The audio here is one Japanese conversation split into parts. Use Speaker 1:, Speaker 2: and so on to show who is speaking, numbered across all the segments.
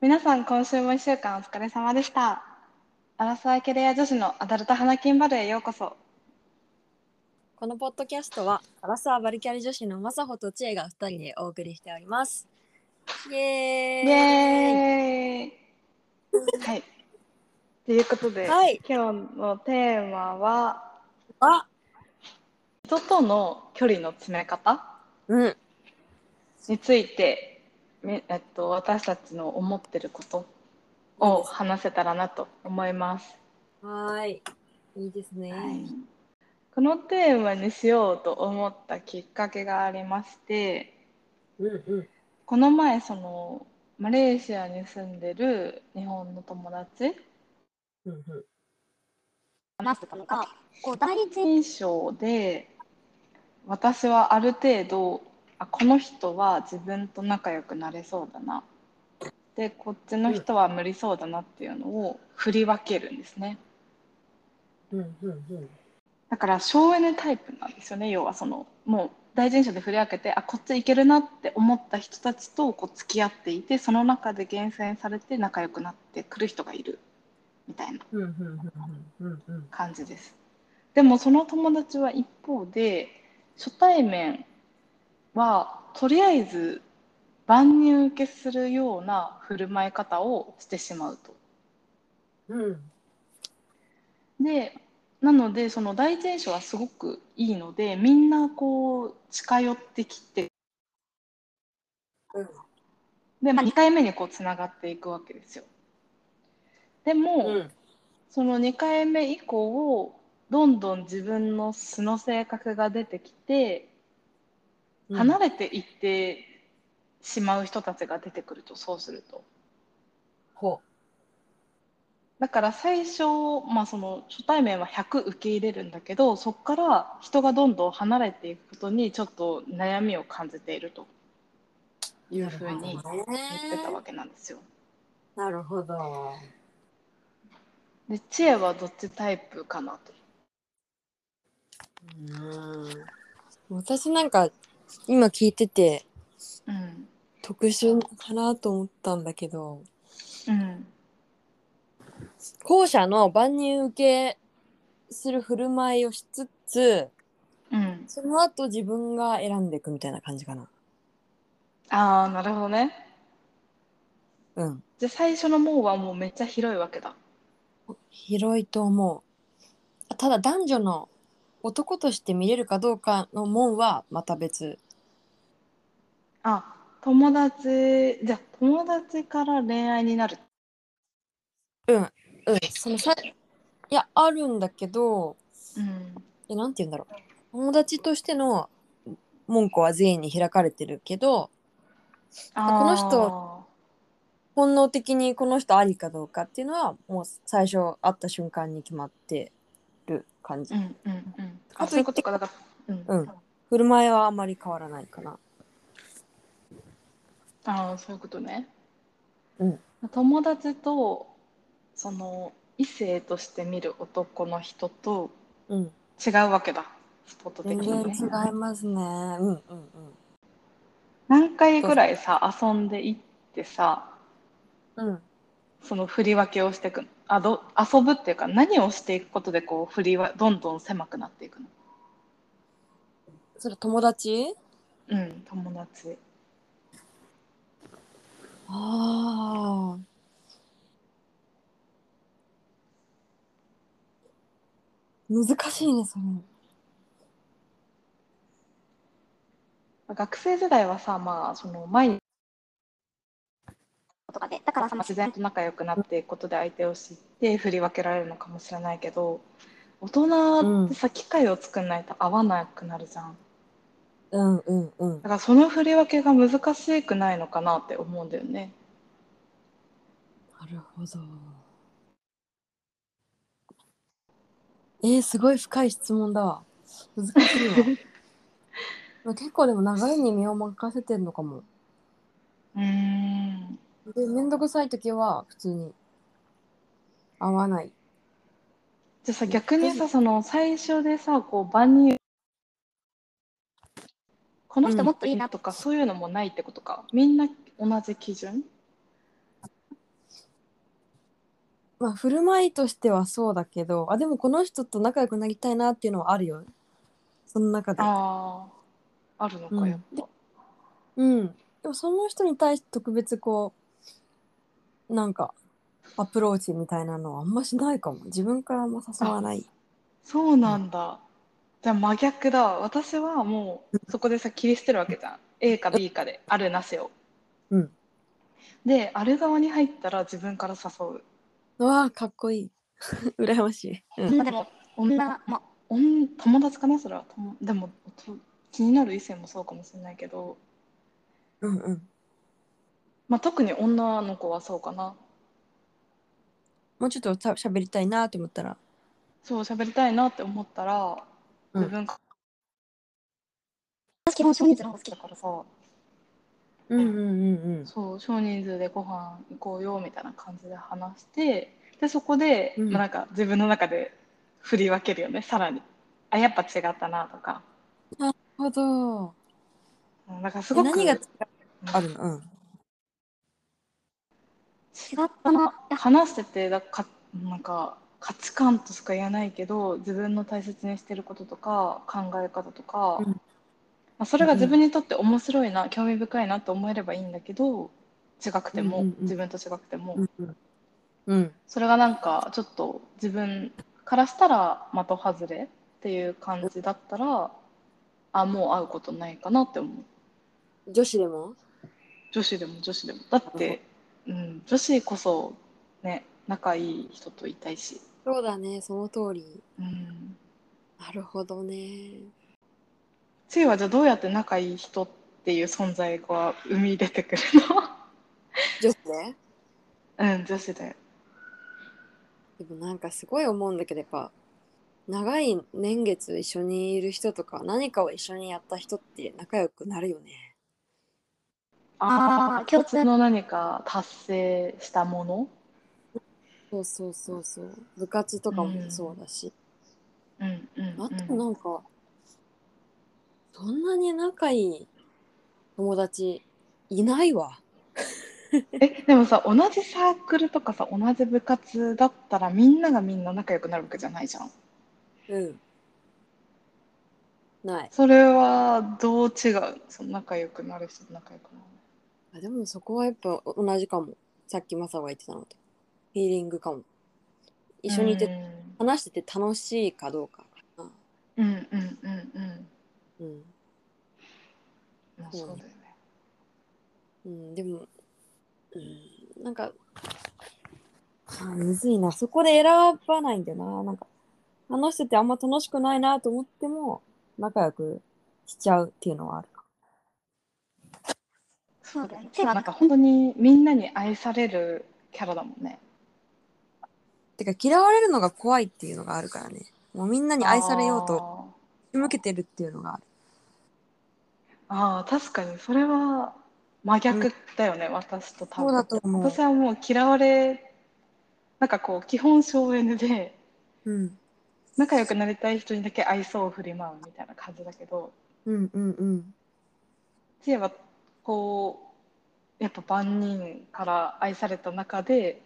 Speaker 1: 皆さん、今週も1週間お疲れ様でした。アラサーキレア女子のアダルト花金バルへようこそ。
Speaker 2: このポッドキャストはアラサーバリキャリ女子のマサホとチエが二人でお送りしております。
Speaker 1: イ
Speaker 2: イエーイ
Speaker 1: エーイはい。ということで、
Speaker 2: はい
Speaker 1: 今日のテーマは、
Speaker 2: あ
Speaker 1: 人との距離の詰め方
Speaker 2: うん
Speaker 1: について、みえっと、私たちの思ってることを話せたらなと思います。
Speaker 2: はーいいいですね。
Speaker 1: はい、このテーマにしようと思ったきっかけがありまして
Speaker 2: うんうん
Speaker 1: この前そのマレーシアに住んでる日本の友達
Speaker 2: うんうん
Speaker 3: 話すとか、こう、第一
Speaker 1: 印象で私はある程度あこの人は自分と仲良くなれそうだなでこっちの人は無理そうだなっていうのを振り分けるんですね
Speaker 2: うんうん
Speaker 1: だから省エネタイプなんですよね要はそのもう第一印象で振り分けてあこっちいけるなって思った人たちとこう付き合っていてその中で厳選されて仲良くなってくる人がいるみたいな
Speaker 2: うんうんうんうんうん
Speaker 1: 感じですでもその友達は一方で初対面はとりあえず万人受けするような振る舞い方をしてしまうと
Speaker 2: うん
Speaker 1: でなのでその第一印象はすごくいいのでみんなこう近寄ってきて
Speaker 2: うん
Speaker 1: で、まあ、2回目にこうつながっていくわけですよでも、
Speaker 2: うん
Speaker 1: その2回目以降をどんどん自分の素の性格が出てきて
Speaker 2: うん
Speaker 1: 離れていってしまう人たちが出てくるとそうすると
Speaker 2: ほ
Speaker 1: だから最初、まあ、その初対面は100受け入れるんだけどそこから人がどんどん離れていくことにちょっと悩みを感じていると
Speaker 2: う
Speaker 1: いうふうに
Speaker 2: なるほどね
Speaker 1: 言ってたわけなんですよ。
Speaker 2: なるほど。
Speaker 1: で知恵はどっちタイプかなと。
Speaker 2: うん私なんか今聞いてて
Speaker 1: うん
Speaker 2: 特殊かなと思ったんだけど。
Speaker 1: うん
Speaker 2: 後者の万人受けする振る舞いをしつつ
Speaker 1: うん、
Speaker 2: その後自分が選んでいくみたいな感じかな
Speaker 1: ああなるほどね。
Speaker 2: うん
Speaker 1: じゃあ最初の門はもうめっちゃ広いわけだ。
Speaker 2: 広いと思うただ男女の男として見れるかどうかの門はまた別
Speaker 1: あ友達じゃあ友達から恋愛になる。
Speaker 2: うんそのさいやあるんだけど
Speaker 1: うん
Speaker 2: えなんて言うんだろう友達としての門戸は全員に開かれてるけど
Speaker 1: あー
Speaker 2: この人本能的にこの人ありかどうかっていうのはもう最初会った瞬間に決まってる感じ、
Speaker 1: うんうんうん。あ
Speaker 2: あと
Speaker 1: そういうことかだから。うん。
Speaker 2: うん振る舞いはあんまり変わらないかな
Speaker 1: ああそういうことね。
Speaker 2: うん
Speaker 1: 友達とその異性として見る男の人と
Speaker 2: うん
Speaker 1: 違うわけだ。スポット的
Speaker 2: 全
Speaker 1: に
Speaker 2: 然
Speaker 1: ね。
Speaker 2: 違いますね。うんうん
Speaker 1: 何回ぐらいさ遊んでいってさ
Speaker 2: うん。うん。
Speaker 1: その振り分けをしていくのあど遊ぶっていうか何をしていくことでこう振りはどんどん狭くなっていくの
Speaker 2: それ友達
Speaker 1: うん友達
Speaker 2: ああ。難しいね、それ。
Speaker 1: 学生時代はさまあその毎日
Speaker 3: とかで、だからその
Speaker 1: 自然と仲良くなっていくことで相手を知って振り分けられるのかもしれないけど大人ってさ、機会を作んないと合わなくなるじゃん
Speaker 2: うんうんうん
Speaker 1: だ。からその振り分けが難しくないのかなって思うんだよね
Speaker 2: なるほど。えー、すごい深い質問だわ。難しいわまあ。結構でも流れに身を任せてるのかも。
Speaker 1: うーん
Speaker 2: で、めんどくさい時は普通に合わない。
Speaker 1: じゃあさ逆にさその最初でさこう万人この人もっといいなとか、そういうのもないってことかみんな同じ基準
Speaker 2: まあ振る舞いとしてはそうだけどあでもこの人と仲良くなりたいなっていうのはあるよねその中で
Speaker 1: あああるの
Speaker 2: う
Speaker 1: か
Speaker 2: ん
Speaker 1: やっぱ、
Speaker 2: うんでもその人に対して特別こうなんかアプローチみたいなのはあんましないかも自分からも誘わない
Speaker 1: そうなんだじゃあ真逆だ私はもうそこでさ切り捨てるわけじゃん A か B かであるなせを
Speaker 2: うん
Speaker 1: である側に入ったら自分から誘う
Speaker 2: うわあかっこいい 羨ましい、うん、
Speaker 3: 女でも
Speaker 1: 女
Speaker 3: 女も
Speaker 1: 女友達かなそれは友でもと気になる異性もそうかもしれないけど、
Speaker 2: うんうん
Speaker 1: まあ、特に女の子はそうかな
Speaker 2: もうちょっとたしゃべりたいなと思ったら
Speaker 1: そう喋りたいなって思ったら
Speaker 2: うん
Speaker 1: 自分か
Speaker 3: 私基本少人数の方が好き
Speaker 1: ら
Speaker 3: だ
Speaker 1: だからさ、
Speaker 2: うんうんうん
Speaker 1: そう少人数でご飯行こうよみたいな感じで話してでそこで、
Speaker 2: うん
Speaker 1: まあなんか自分の中で振り分けるよねさらにあやっぱ違ったなとか
Speaker 2: なるほど
Speaker 1: うんだからすごく
Speaker 2: え何が違うあるのうん
Speaker 3: 違ったな
Speaker 1: 話しててだかなんか価値観としか言えないけど自分の大切にしてることとか考え方とか、
Speaker 2: うん
Speaker 1: まあ、それが自分にとって面白いな、興味深いなと思えればいいんだけど違くても、
Speaker 2: うんうんうん
Speaker 1: 自分と違くても、
Speaker 2: うんうんうん
Speaker 1: それがなんかちょっと自分からしたら的外れっていう感じだったらあもう会うことないかなって思う
Speaker 2: 女子でも
Speaker 1: 女子でも女子でもだって、うん、女子こそね仲いい人といたいし。
Speaker 2: そうだねその通り
Speaker 1: うん
Speaker 2: なるほどね
Speaker 1: つゆはじゃあどうやって仲いい人っていう存在が生み出てくる
Speaker 2: 女子で
Speaker 1: の うん女子だよ
Speaker 2: でもなんかすごい思うんだけどやっぱ長い年月一緒にいる人とか何かを一緒にやった人って仲良くなるよね
Speaker 3: あー共通
Speaker 1: の何か達成したもの
Speaker 2: そうそうそうそう部活とか
Speaker 1: う
Speaker 2: も
Speaker 1: ん
Speaker 2: そうだし、
Speaker 1: うんうん、
Speaker 2: あとなんか、そんなに仲いい友達いないわ
Speaker 1: えでもさ同じサークルとかさ同じ部活だったらみんながみんな仲良くなるわけじゃないじゃん
Speaker 2: うんない
Speaker 1: それはどう違うその仲良くなる人と仲良くなる
Speaker 2: あでもそこはやっぱ同じかもさっきマサが言ってたのとフィーリングかも一緒にいて、
Speaker 1: うん
Speaker 2: 話してて楽しいかどうかかな
Speaker 1: うんうんうんうん
Speaker 2: うん
Speaker 1: まあ
Speaker 2: そ
Speaker 1: そううだ
Speaker 2: ね
Speaker 1: よね
Speaker 2: うん、でも、うん、なんか、あむずいな。そこで選ばないんだよな。なんか、話しててあんま楽しくないなと思っても、仲良くしちゃうっていうのはあるか。
Speaker 3: そうだよね
Speaker 1: つゆはなんか本当にみんなに愛されるキャラだもんね
Speaker 2: てか、嫌われるのが怖いっていうのがあるからね。もうみんなに愛されようと
Speaker 1: あー
Speaker 2: 仕向けてるっていうのがある。
Speaker 1: ああ確かにそれは真逆だよね、私と多
Speaker 2: そうだと思う
Speaker 1: 私はもう嫌われなんかこう基本省エネで
Speaker 2: うん。
Speaker 1: 仲良くなりたい人にだけ愛想を振りまうみたいな感じだけど
Speaker 2: うんうんうん。
Speaker 1: 知恵はこうやっぱ万人から愛された中で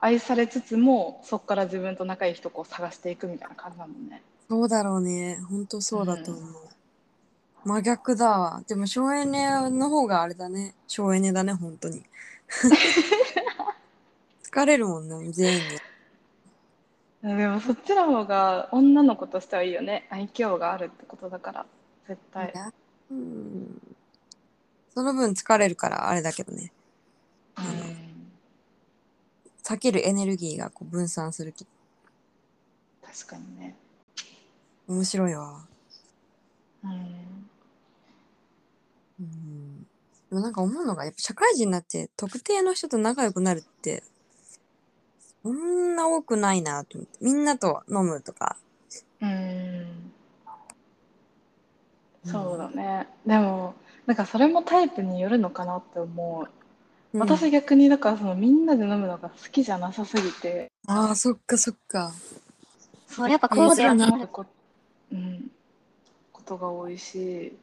Speaker 1: 愛されつつもそこから自分と仲いい人をこう探していくみたいな感じだもんね。
Speaker 2: そうだろうね。ほんとそうだと思う。真逆だわ。でも省エネの方があれだね。省エネだね、本 当に。疲れるもんね、全員に。
Speaker 1: でもそっちの方が女の子としてはいいよね愛嬌があるってことだから絶対。
Speaker 2: うんその分疲れるからあれだけどね。
Speaker 1: うん
Speaker 2: 避けるエネルギーがこう分散するき。
Speaker 1: 確かにね。
Speaker 2: 面白いわ。
Speaker 1: うん。
Speaker 2: うん。でもなんか思うのが、やっぱ社会人になって特定の人と仲良くなるって、そんな多くないなと思って。みんなと飲むとか。
Speaker 1: うん。そうだね。でも、なんかそれもタイプによるのかなって思う。
Speaker 2: うん。
Speaker 1: 私逆に、だからそのみんなで飲むのが好きじゃなさすぎて、
Speaker 2: ああ、そっかそっか。
Speaker 3: それやっぱこうだよ
Speaker 1: な
Speaker 3: ね
Speaker 1: るこ、うん、ことが多いし、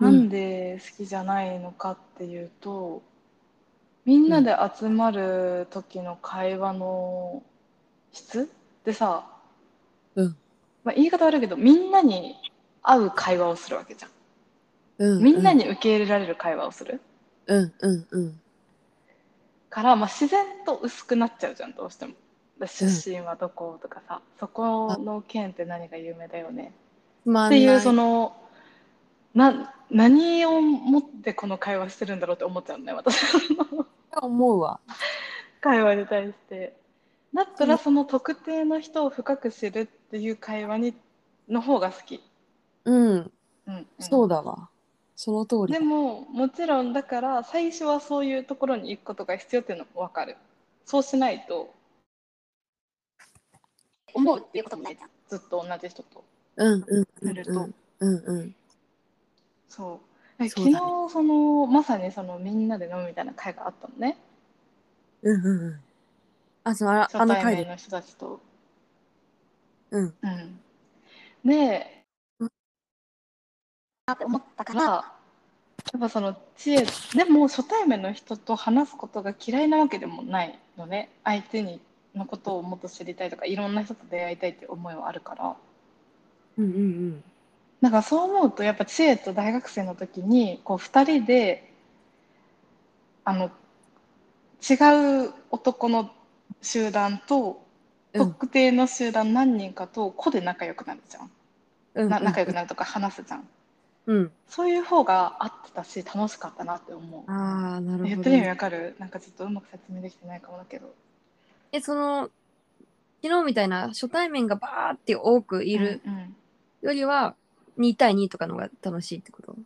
Speaker 1: なんで好きじゃないのかっていうと、みんなで集まる時の会話の質でさ、
Speaker 2: うん
Speaker 1: まあ、言い方悪いけどみんなに合う会話をするわけじゃん、
Speaker 2: う
Speaker 1: みんなに受け入れられる会話をする
Speaker 2: うんうんうん
Speaker 1: から、まあ、自然と薄くなっちゃうじゃんどうしてもだ出身はどことかさ、そこの県って何が有名だよね
Speaker 2: まあ
Speaker 1: っていうそのな何を持ってこの会話してるんだろうって思っちゃうのね私
Speaker 2: 思うわ
Speaker 1: 会話に対してだったらその特定の人を深く知るっていう会話にの方が好き、
Speaker 2: うん
Speaker 1: うんうん
Speaker 2: そうだわ。その通り
Speaker 1: で
Speaker 2: だ。
Speaker 1: ももちろんだから最初はそういうところに行くことが必要っていうのも分かるそうしないと
Speaker 3: 思うっていうことになるじゃん。
Speaker 1: ずっと同じ人と
Speaker 2: うんうんうん
Speaker 1: すると、
Speaker 2: うんうん
Speaker 1: そうえ
Speaker 2: そ
Speaker 1: 昨
Speaker 2: うだ
Speaker 1: 日
Speaker 2: ね
Speaker 1: そのまさにそのみんなで飲むみたいな会があったのね
Speaker 2: うんうんうん。あ、そのあらあ
Speaker 1: 初
Speaker 2: の
Speaker 1: 対
Speaker 2: 回
Speaker 1: 面
Speaker 2: で。
Speaker 1: の人たちと。
Speaker 2: うん
Speaker 1: うん、で
Speaker 3: あって思ったか
Speaker 1: から
Speaker 3: ら、
Speaker 1: やっぱその知恵でも初対面の人と話すことが嫌いなわけでもないのね相手にのことをもっと知りたいとかいろんな人と出会いたいっていう思いはあるから
Speaker 2: うんうんうん。
Speaker 1: なんかそう思うとやっぱ知恵と大学生の時にこう2人であの違う男の集団と
Speaker 2: うん
Speaker 1: 特定の集団何人かと個で仲良くなるじゃん、
Speaker 2: うんうん
Speaker 1: な仲良くなるとか話すじゃん
Speaker 2: うん。
Speaker 1: そういう方が合ってたし楽しかったなって思う
Speaker 2: ああ、なる
Speaker 1: 言
Speaker 2: ほ
Speaker 1: っ
Speaker 2: ど
Speaker 1: てる意味わかるなんかちょっとうまく説明できてないかもだけど
Speaker 2: え、その、昨日みたいな初対面がバーって多くい
Speaker 1: い
Speaker 2: る
Speaker 1: うんうん
Speaker 2: よりは、2対2とかの方が楽しいってこと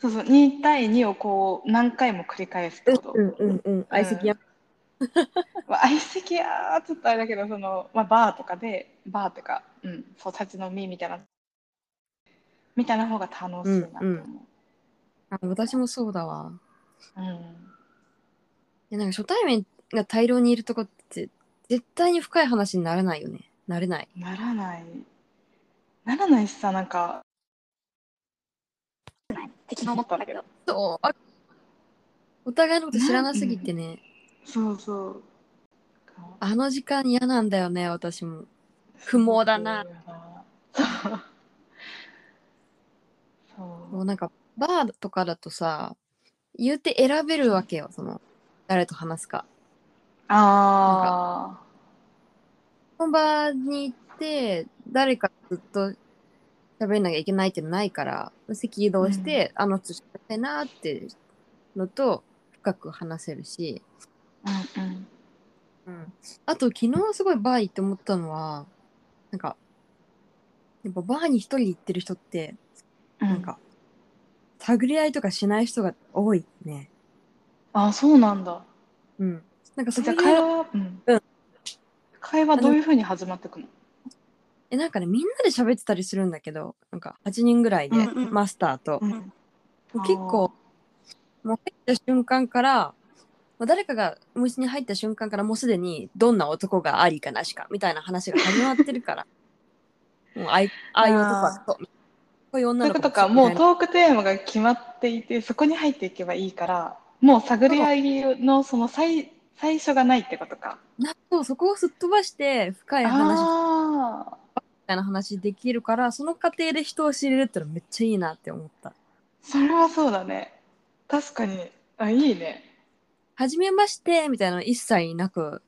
Speaker 1: そうそう2対2をこう何回も繰り返すってこと、
Speaker 2: んうんうん。相席や。
Speaker 1: まあ、相席屋はちょっとあれだけどその、まあ、バーとかでバーとか、うん、そう立ち飲みみたいなみたいな方が楽しいなと思う、
Speaker 2: うんあ私もそうだわ。
Speaker 1: うん
Speaker 2: いやなんか初対面が大量にいるとこって、絶対に深い話になれないよね。なれない。
Speaker 1: ならないならないしさなんか
Speaker 3: って昨日思ったんだけど、
Speaker 2: そう。あお互いのこと知らなすぎてね。
Speaker 1: そうそう
Speaker 2: あの時間嫌なんだよね、私も。不毛だな
Speaker 1: そうそ
Speaker 2: も
Speaker 1: う
Speaker 2: うなんか、バーとかだとさ、言うて選べるわけよ、その、誰と話すか。
Speaker 1: あ
Speaker 2: この場に行って、誰かずっと喋んなきゃいけないってないから、席移動して、あの人喋りたいなってのと、深く話せるし、
Speaker 1: ーうんうん
Speaker 2: あと、昨日すごいバー行って思ったのは、なんか、やっぱバーに一人で行ってる人って、
Speaker 1: うん
Speaker 2: なんか、探り合いとかしない人が多いね。
Speaker 1: あーそうなんだ
Speaker 2: うん。なんかそ
Speaker 1: じゃ
Speaker 2: れ
Speaker 1: あ会話、うん
Speaker 2: うん
Speaker 1: 会話どういうふうに始まってくの
Speaker 2: えなんかねみんなで喋ってたりするんだけどなんか8人ぐらいで、
Speaker 3: うんうん
Speaker 2: マスターと、
Speaker 1: うん
Speaker 2: もう結構もう入った瞬間からもう誰かがお店に入った瞬間からもうすでにどんな男がありかなしかみたいな話が始まって るからもうあいああいう男はそうこういう
Speaker 1: と
Speaker 2: 女
Speaker 1: いう
Speaker 2: の子
Speaker 1: ことか、
Speaker 2: がそう
Speaker 1: もう
Speaker 2: みたいな
Speaker 1: トークテーマが決まっていて、そこに入っていけばいいから、もう探り合いのその最最初がないってことか。
Speaker 2: なそうそこをすっ飛ばして深い話み
Speaker 1: ああ、
Speaker 2: たいな話できるからその過程で人を知れるってのはめっちゃいいなって思った。
Speaker 1: それはそうだね。確かに。あ、いいね。
Speaker 2: はじめましてみたいなの一切なく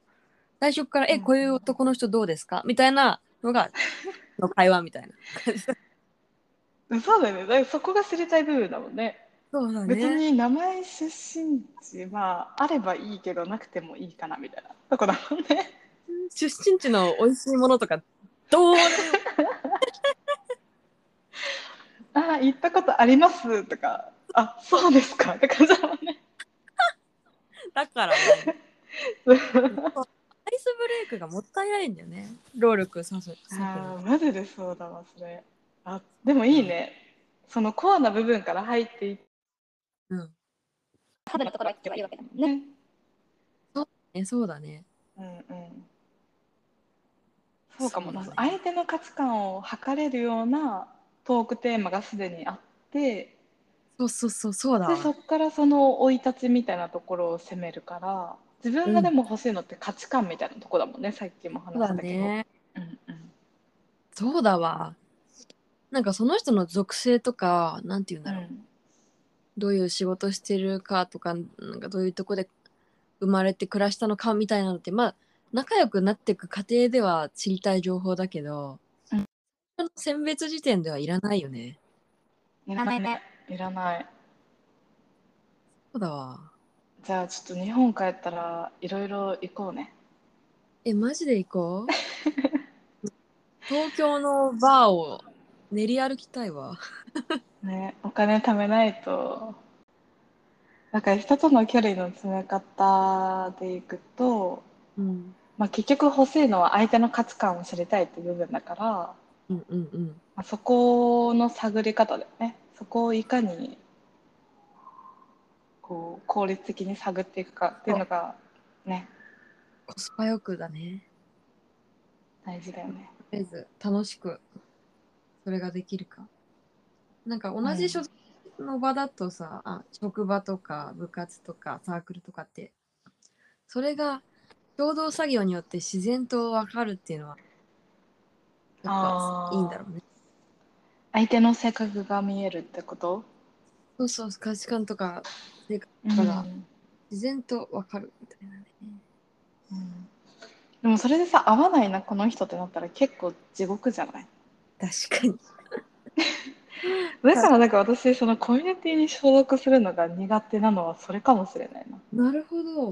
Speaker 2: 最初から「え
Speaker 1: うん
Speaker 2: こういう男の人どうですか?」みたいな のがの会話みたいな。
Speaker 1: そうだよね。だからそこが知りたい部分だもんね。
Speaker 2: そうだ
Speaker 1: 別に名前出身地はあればいいけどなくてもいいかなみたいなとこだもんね。
Speaker 2: 出身地の美味しいものとかどうでも
Speaker 1: ああ、行ったことありますとか、あ、そうですかって感じだもんね。
Speaker 2: だから、ね、アイスブレイクがもったいないんだよね労力させ
Speaker 1: ああマジでそうだわそれあでもいいねそのコアな部分から入っていっ
Speaker 2: うん
Speaker 3: ハードなところがいいわけだもん
Speaker 1: て
Speaker 3: ね。
Speaker 1: ね
Speaker 2: えそうだね
Speaker 1: うんうんそうかもな、
Speaker 2: そうだね
Speaker 1: 相手の価値観を測れるようなトークテーマがすでにあって
Speaker 2: そうそうそうそうだ
Speaker 1: でそ
Speaker 2: わ
Speaker 1: っからその生い立ちみたいなところを攻めるから自分がでも欲しいのって価値観みたいなとこだもんね、さっきも話
Speaker 2: そうだ
Speaker 1: したけど。
Speaker 2: ね
Speaker 1: うんうん
Speaker 2: そうだわなんかその人の属性とかなんて言うん
Speaker 1: う
Speaker 2: だろう、
Speaker 1: ん
Speaker 2: どういう仕事してるかとかなんかどういうとこで生まれて暮らしたのかみたいなのってまあ仲良くなっていく過程では知りたい情報だけど、
Speaker 1: うん
Speaker 2: その選別時点ではいらないよね。
Speaker 1: い
Speaker 3: らないね
Speaker 1: いらない
Speaker 2: そうだわ。
Speaker 1: じゃあちょっと日本帰ったらいろいろ行こうね
Speaker 2: えマジで行こう東京のバーを練り歩きたいわ。
Speaker 1: ねお金貯めないとだから人との距離の詰め方でいくと、
Speaker 2: うん、
Speaker 1: まあ、結局欲しいのは相手の価値観を知りたいって部分だから、ま
Speaker 2: うんうんうん
Speaker 1: あ、そこの探り方だよねそこをいかにこう効率的に探っていくかっていうのがね
Speaker 2: コスパよくだね。
Speaker 1: 大事だよね。
Speaker 2: とりあえず楽しくそれができるか。なんか同じ所属の場だとさ、あ職場とか部活とかサークルとかってそれが共同作業によって自然と分かるっていうのはやっぱ
Speaker 1: あー
Speaker 2: いいんだろうね。
Speaker 1: 相手の性格が見えるってこと、
Speaker 2: そうそう価値観とか
Speaker 1: うん
Speaker 2: から自然と分かるみたいなね。
Speaker 1: うんでもそれでさ合わないなこの人ってなったら結構地獄じゃない
Speaker 2: 確かに。
Speaker 1: だからなんか私そのコミュニティに所属するのが苦手なのはそれかもしれないな。
Speaker 2: なるほど。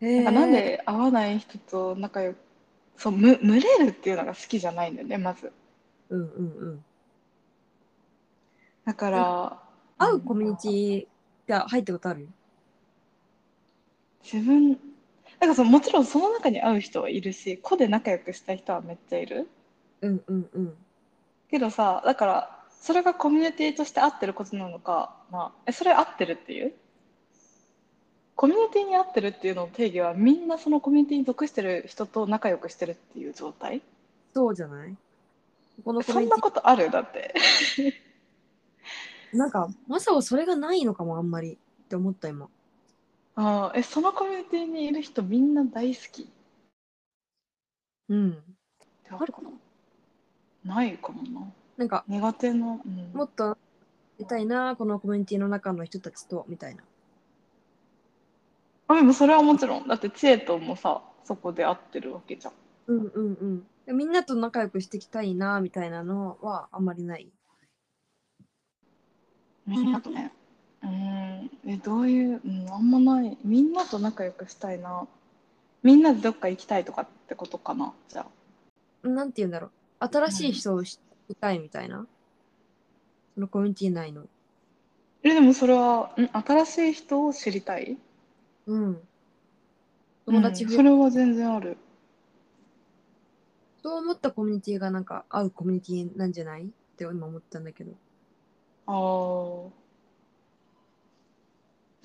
Speaker 1: な
Speaker 2: え
Speaker 1: んかなんで合わない人と仲良くそうむ群れるっていうのが好きじゃないんだよねまず。
Speaker 2: うんうんうん。
Speaker 1: だから
Speaker 2: 会うコミュニティが入ったことある
Speaker 1: 自分なんかそのもちろんその中に合う人はいるし個で仲良くしたい人はめっちゃいる
Speaker 2: うんうんうん。
Speaker 1: けどさだからそれがコミュニティとして合ってることなのかなえそれ合ってるっていうコミュニティに合ってるっていうのの定義はみんなそのコミュニティに属してる人と仲良くしてるっていう状態
Speaker 2: そうじゃないこのコ
Speaker 1: そ
Speaker 2: ミュ
Speaker 1: ん
Speaker 2: ニ
Speaker 1: な
Speaker 2: テ
Speaker 1: ことあるだって
Speaker 2: ィなんかマサはそれがないのかもあんまりって思った今
Speaker 1: あーえそのコミュニティにいる人みんな大好き
Speaker 2: うん
Speaker 3: あるかな
Speaker 1: ないかもな
Speaker 2: なんか
Speaker 1: 苦手な、うん
Speaker 2: もっと出たいなこのコミュニティの中の人たちとみたいな
Speaker 1: あでもそれはもちろんだって知恵ともさそこで合ってるわけじゃん
Speaker 2: うんうんうんみんなと仲良くしていきたいなみたいなのはあんまりない
Speaker 1: みんなとね。うん、え、どういう、うん、あんまない、みんなと仲良くしたいな。みんなでどっか行きたいとかってことかな、じゃあ。
Speaker 2: なんて言うんだろう新しい人を知りたいみたいな、そのコミュニティ内の
Speaker 1: え、でも、それは、ん、新しい人を知りたい。
Speaker 2: うん友達
Speaker 1: うん
Speaker 2: 増え
Speaker 1: それは全然ある。
Speaker 2: そう思ったコミュニティがなんか合うコミュニティなんじゃないって今思ったんだけど
Speaker 1: ああ。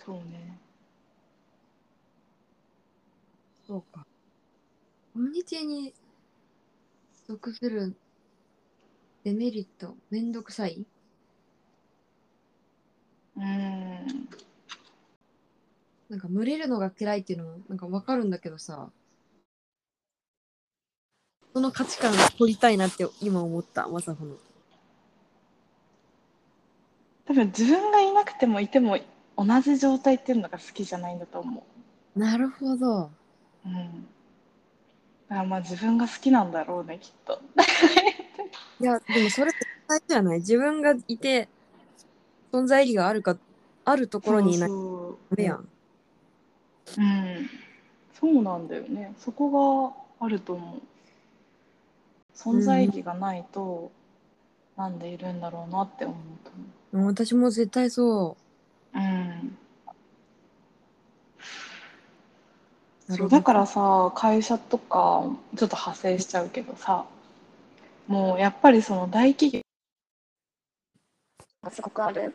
Speaker 1: そうね。
Speaker 2: そうか。コミュニティに属するデメリット、めんどくさい
Speaker 1: うん。
Speaker 2: なんか群れるのが嫌いっていうのもなんかわかるんだけどさ。その価値観を取りたいなって今思った、まさほの。
Speaker 1: 多分、自分がいなくてもいても、同じ状態っていうのが好きじゃないんだと思
Speaker 2: なるほど。
Speaker 1: う。うん。だからまあ、自分が好きなんだろうね、きっと。
Speaker 2: いや、でもそれって大事じゃない自分がいて、存在意義があるか、あるところにいない
Speaker 1: そ
Speaker 2: と
Speaker 1: うそう
Speaker 2: ダメやん。
Speaker 1: うん、そうなんだよねそこがあると思う存在意義がないと、なんでいるんだろうなって思うと思
Speaker 2: うん私も絶対そう
Speaker 1: うん
Speaker 2: う。な
Speaker 1: そ
Speaker 2: るほ
Speaker 1: う
Speaker 2: ど
Speaker 1: だからさ会社とかちょっと派生しちゃうけどさもうやっぱりその大企業、
Speaker 3: すごくある。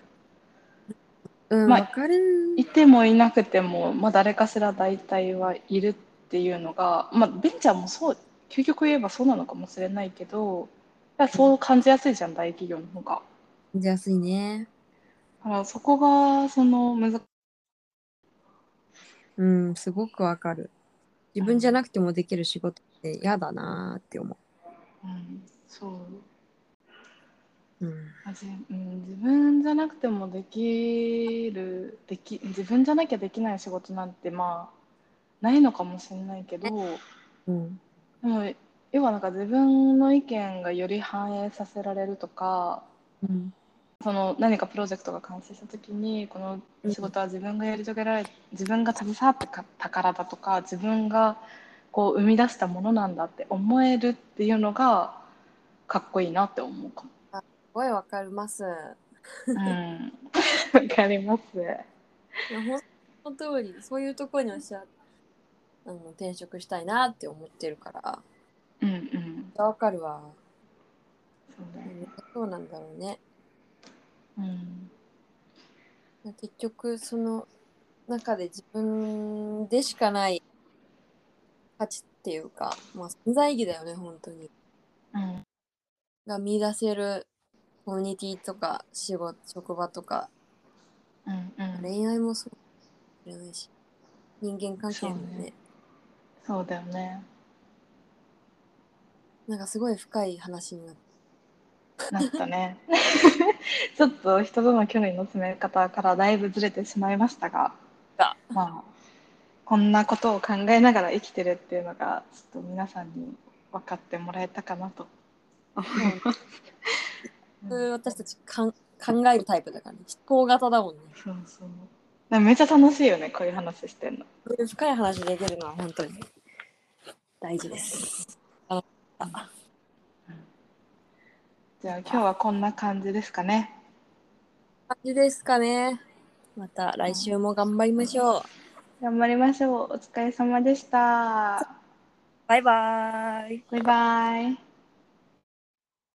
Speaker 2: うん、
Speaker 1: まあ
Speaker 2: わかる。
Speaker 1: いてもいなくても、まあ、誰かしら大体はいるっていうのが、まあ、ベンチャーもそう究極言えばそうなのかもしれないけどやっぱそう感じやすいじゃん大企業の方が。
Speaker 2: じゃ安いね。
Speaker 1: からそこがその難しい
Speaker 2: うん、すごくわかる。自分じゃなくてもできる仕事って嫌だなーって思
Speaker 1: うん、そう
Speaker 2: う。うん。
Speaker 1: まあじうん、自分じゃなくてもできるでき自分じゃなきゃできない仕事なんてまあないのかもしれないけど
Speaker 2: うん。
Speaker 1: でも要はなんか自分の意見がより反映させられるとか
Speaker 2: うん。
Speaker 1: その何かプロジェクトが完成した時にこの仕事は自分がやり遂げられ自分が携わった宝だとか自分がこう生み出したものなんだって思えるっていうのがかっこいいなって思うかも。
Speaker 2: すごいわかります。
Speaker 1: うん、わかります。
Speaker 2: いやほんその通り、そういうところに私はあの転職したいなって思ってるから。
Speaker 1: うんうん。
Speaker 2: わかるわ。
Speaker 1: そうだ
Speaker 2: う
Speaker 1: よね。
Speaker 2: んそうなんだろうね。
Speaker 1: うん。
Speaker 2: 結局、その中で自分でしかない価値っていうか、まあ、存在意義だよね、本当に。
Speaker 1: うん。
Speaker 2: が見出せるコミュニティとか仕事職場とか
Speaker 1: うんうん。
Speaker 2: 恋愛もそうかもしれないし人間関係
Speaker 1: そう
Speaker 2: もね
Speaker 1: ねそうだよね。
Speaker 2: なんかすごい深い話になって
Speaker 1: なったね。 ちょっと人との距離の詰め方からだいぶずれてしまいましたが
Speaker 2: だ、
Speaker 1: まあ、こんなことを考えながら生きてるっていうのが、ちょっと皆さんに分かってもらえたかなと思います。
Speaker 2: 普通私たちかん考えるタイプだから、ね、思考型だもんね
Speaker 1: そうそう。なんかめっちゃ楽しいよね、こういう話してんの。
Speaker 2: こういう深い話できるのは本当に大事です
Speaker 1: じゃあ今日はこんな感じですかね。
Speaker 2: 感じですかねまた来週も頑張りましょう
Speaker 1: 頑張りましょう。お疲れ様でした。
Speaker 2: バイバーイ
Speaker 1: バイバイ。